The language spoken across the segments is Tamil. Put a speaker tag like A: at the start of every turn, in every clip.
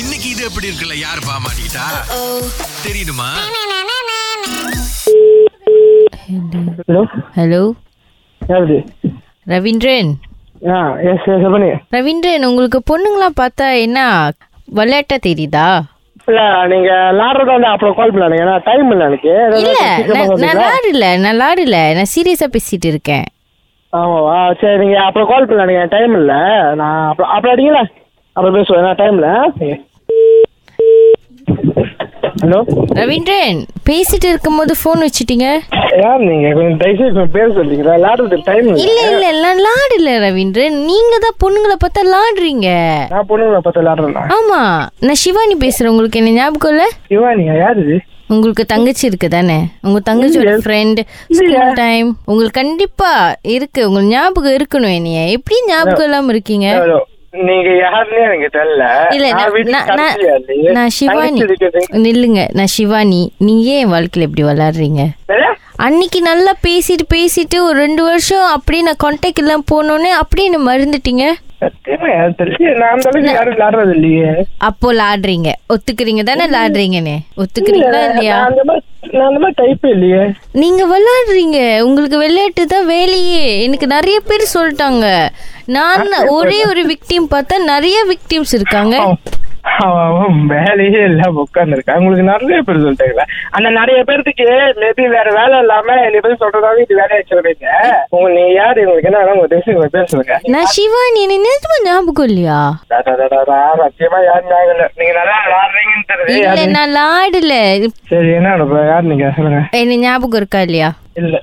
A: இன்னைக்கு இது எப்படி இருக்குல்ல யார் பாமாட்டா தெரியுமா
B: ஹலோ
C: ஹலோ
B: யாரு
C: ரவீந்திரன்
B: ஆ எஸ் எஸ் பண்ணுங்க
C: ரவீந்திரன் உங்களுக்கு பொண்ணுங்களாம் பார்த்தா என்ன விளையாட்டா தெரியுதா
B: இல்லை நீங்கள் விளாட்றதா இருந்தால் அப்புறம் கால் பண்ணலாம் ஏன்னா டைம் இல்லை எனக்கு
C: இல்ல நான் நான் லாடல நான் லாடல நான் சீரியஸா பேசிட்டு இருக்கேன்
B: ஆமாவா சரி நீங்கள் அப்புறம் கால் பண்ணலாம் நீங்கள் டைம் இல்லை நான் அப்புறம் அப்புறம் அடிங்களா அப்புறம் பேசுவேன் நான் டைம் இல்லை ஹலோ
C: ரவீந்திரன் பேசிட்டு இருக்கும்போது ஃபோன் வச்சிட்டீங்க
B: யார் நீங்கள் கொஞ்சம் தயவுசெய்து கொஞ்சம் பேர் சொல்லிட்டீங்களா விளாட்றதுக்கு டைம்
C: இல்ல
B: இல்லை
C: இல்ல நான் லாடல ரவீந்திரன் நீங்க தான் பொண்ணுங்களை பார்த்தா லாடுறீங்க
B: நான் பொண்ணுங்களை பார்த்து விளாட்றேன்
C: ஆமா நான் சிவானி பேசுறேன் உங்களுக்கு என்ன ஞாபகம் இல்ல
B: சிவானியா யார் இது
C: உங்களுக்கு தங்கச்சி இருக்கு தானே உங்க தங்கச்சியோட
B: இல்லையே.
C: ஃப்ரெண்ட் ஸ்கூல் டைம் உங்களுக்கு கண்டிப்பா இருக்கு உங்களுக்கு ஞாபகம் இருக்கணும் என்னைய எப்படி ஞாபகம் இல்லாம இருக்கீங்க
B: ஹலோ நீங்க யாருன்னு எனக்கு தெரியல
C: இல்ல
B: நான்
C: நான்-
B: வீட்டுக்கு
C: நான்- நான்-
B: கடைசியா இல்லையே.
C: நான் சிவானி
B: தங்கச்சி இருக்கிறது.
C: நில்லுங்க நான் சிவானி நீங்க ஏன் என் வாழ்க்கையில இப்படி விளாடுறீங்க
B: என்ன?
C: அன்னைக்கு நல்லா பேசிட்டு பேசிட்டு ஒரு ரெண்டு வருஷம் அப்படியே நான் கான்டாக்ட் இல்லாம போனோன்னே அப்படியே என்ன மறந்துட்டீங்க
B: சத்தியமா யாரும் தெரியல. நான் அந்த அளவுக்கு யாரும் விளையாடுறது இல்லையே.
C: அப்போ லாடுறீங்க ஒத்துக்கிறீங்க தானே லாடுறீங்கன்னு ஒத்துக்கிறீங்களா இல்லையா
B: நான் அந்த மாதிரி- நான் அந்த மாதிரி type ஏ இல்லையே.
C: நீங்க விளையாடுறீங்க உங்களுக்கு விளையாட்டு தான் வேலையே எனக்கு நிறைய பேர் சொல்லிட்டாங்க நான் ஒரே ஒரு விக்டிம் பார்த்தா நிறைய விக்டிம்ஸ் இருக்காங்க
B: அவன் அவன் அவன் வேலையே இல்லாம உட்கார்ந்திருக்கான். உங்களுக்கு நிறைய பேர் சொல்லிட்டாங்களா? ஆனா நிறைய பேர்த்துக்கு maybe வேற வேலை இல்லாம என்னை பத்தி சொல்றதாவே இது வேலையை சொல்றீங்க. உங்க நீங்க யாரு? உங்களுக்கு என்ன வேணும்? உங்க தயவுசெய்து கொஞ்சம் பேர் சொல்லுங்க.
C: நான் சிவானி எனக்கு நிஜமா ஞாபகம் இல்லையா
B: டா, டா, டா, டா, டா. சத்தியமா யாரும் ஞாபகம் இல்ல. நீங்க நல்லா விளையாடுறீங்கன்னு தெரியுது.
C: இல்ல
B: யாரு?
C: நான் லாடல
B: சரி என்ன நடப்பு? யார் நீங்க சொல்லுங்க
C: என்ன ஞாபகம் இருக்கா இல்லையா
B: இல்ல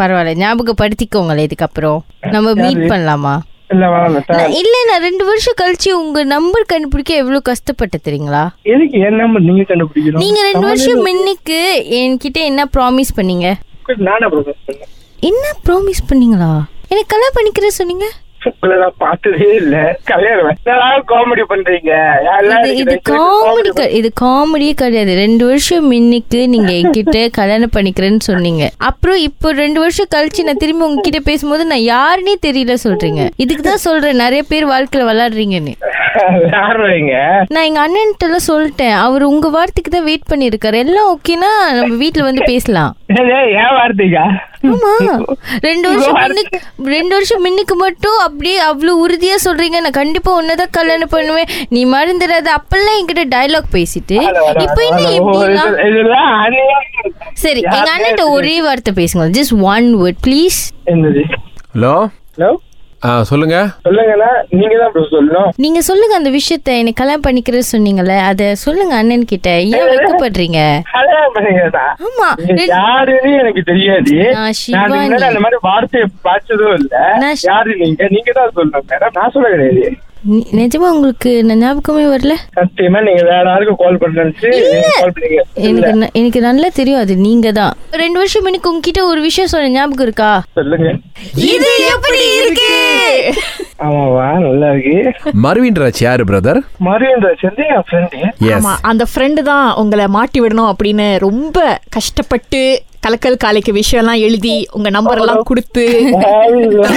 C: பரவாயில்ல ஞாபகப்படுத்திக்கோங்களே இதுக்கப்புறம் நம்ம மீட் பண்ணலாமா
B: இல்ல வேணாம்
C: நான் இல்ல நான் ரெண்டு வருஷம் கழிச்சு உங்க நம்பர் கண்டுபிடிக்க எவ்வளவு கஷ்டப்பட்டு தெரியுங்களா
B: எதுக்கு என் நம்பர் நீங்க கண்டுபிடிக்கணும்
C: நீங்க ரெண்டு வருஷம் முன்னுக்கு என்கிட்ட என்ன ப்ராமிஸ் பண்ணீங்க
B: நானே ப்ரொபோஸ் பண்ணேன்
C: என்ன ப்ராமிஸ் பண்ணீங்களா எனக்கு கல்யாணம் பண்ணிக்கிற சொன்னீங்க
B: உங்களை நான் பார்த்ததே இல்ல கல்யாணம் எல்லாரும் காமெடி பண்றீங்க எல்லாம்
C: இது இது
B: எனக்கு
C: காமெடி
B: comedy பண்றீங்க.
C: இது காமெடியே கிடையாது ரெண்டு வருஷம் முன்னுக்கு நீங்க என்கிட்ட கல்யாணம் பண்ணிக்கிறேன்னு சொன்னீங்க அப்புறம் இப்போ ரெண்டு வருஷம் கழிச்சு நான் திரும்பி உங்ககிட்ட பேசும்போது நான் யாருன்னே தெரியல சொல்றீங்க இதுக்கு தான் சொல்றேன் நிறைய பேர் வாழ்க்கையில விளையாடுறீங்கன்னு
B: விளையாடுறீங்க
C: நான் எங்க அண்ணன்கிட்ட எல்லாம் சொல்லிட்டேன் அவர் உங்க வார்த்தைக்கு தான் வெயிட் பண்ணிருக்காரு எல்லாம் ஓகேனா நம்ம வீட்ல வந்து பேசலாம்
B: ஏய், ஏய், ஏன் வார்த்தைக்கா
C: ஆமா ரெண்டு வருஷம் முன்னுக்கு ரெண்டு வருஷம் முன்னுக்கு மட்டும் அப்படியே அவ்வளவு உறுதியா சொல்றீங்க நான் கண்டிப்பா உன்னதான் கல்யாணம் பண்ணுவேன் நீ மறந்துடாத அப்பெல்லாம் என்கிட்ட டயலாக் பேசிட்டு இப்போ என்ன இப்படிலாம்
B: இதெல்லாம் அநியாயம் இருக்கு.
C: சரி எங்க
B: யாருமே
C: அண்ணன்ட்ட ஒரே வார்த்தை பேசுங்க ஜஸ்ட் ஒன் வேர்ட் ப்ளீஸ்
B: என்னது
A: ஹலோ
B: ஹலோ
A: ஆ சொல்லுங்க
B: சொல்லுங்கண்ணா நீங்க தான் bro சொல்லணும்
C: நீங்க சொல்லுங்க அந்த விஷயத்த என்னை கல்யாணம் பண்ணிக்கிறேன்னு சொன்னீங்கல்ல அத சொல்லுங்க அண்ணன் கிட்ட ஏன் வெட்கப்படுறீங்க
B: கல்யாணம் பண்ணிக்கிறதா
C: ஆமா
B: நீங்க
C: ரெண்டு-
B: யாருன்னு எனக்கு தெரியாது
C: நான்
B: நான்
C: சிவானி.
B: இதுக்கு முன்னாடி அந்த மாதிரி வார்த்தையை பார்த்ததும் இல்ல
C: நான் சி-
B: யாரு நீங்க நீங்க தான் சொல்லணும் மேடம் நான் சொல்ல கிடையாது
C: நி- நிஜமா உங்களுக்கு நான் ஞாபகமே வரல
B: சத்தியமா நீங்க வேற யாருக்கும் கால் பண்ணி கால் பண்ணீங்க
C: எனக்கு ந- எனக்கு நல்லா தெரியும் அது நீங்க தான் ரெண்டு வருஷம் எனக்கு உங்ககிட்ட ஒரு விஷயம் சொன்ன ஞாபகம் இருக்கா
B: சொல்லுங்க
C: இது எப்படி இருக்கு
B: ஆமாவா நல்லா இருக்கு
A: மர்வின் ராஜ் யாரு பிரதர்
B: மரியன்ற செந்தி என் ஃப்ரெண்டு
A: எஸ்
D: ஆமா அந்த ஃப்ரெண்டு தான் உங்களை மாட்டி விடணும் அப்படின்னு ரொம்ப கஷ்டப்பட்டு கலக்கல் காலைக்கு விஷயம்லாம் எழுதி உங்க நம்பர் எல்லாம் கொடுத்து